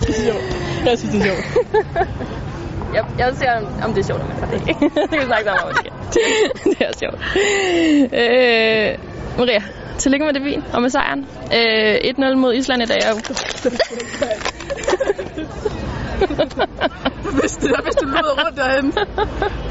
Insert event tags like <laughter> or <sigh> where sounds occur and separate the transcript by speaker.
Speaker 1: det er sjovt. Jeg synes, det er sjovt.
Speaker 2: Jeg, jeg ser, om, om det er sjovt, om jeg får det. <laughs> det kan vi snakke sammen om, det <laughs> Det er også sjovt. Øh, Maria, tillykke med det vin og med sejren. Øh, 1-0 mod Island i dag. Og...
Speaker 1: Hvis det, hvis det lyder rundt derhen.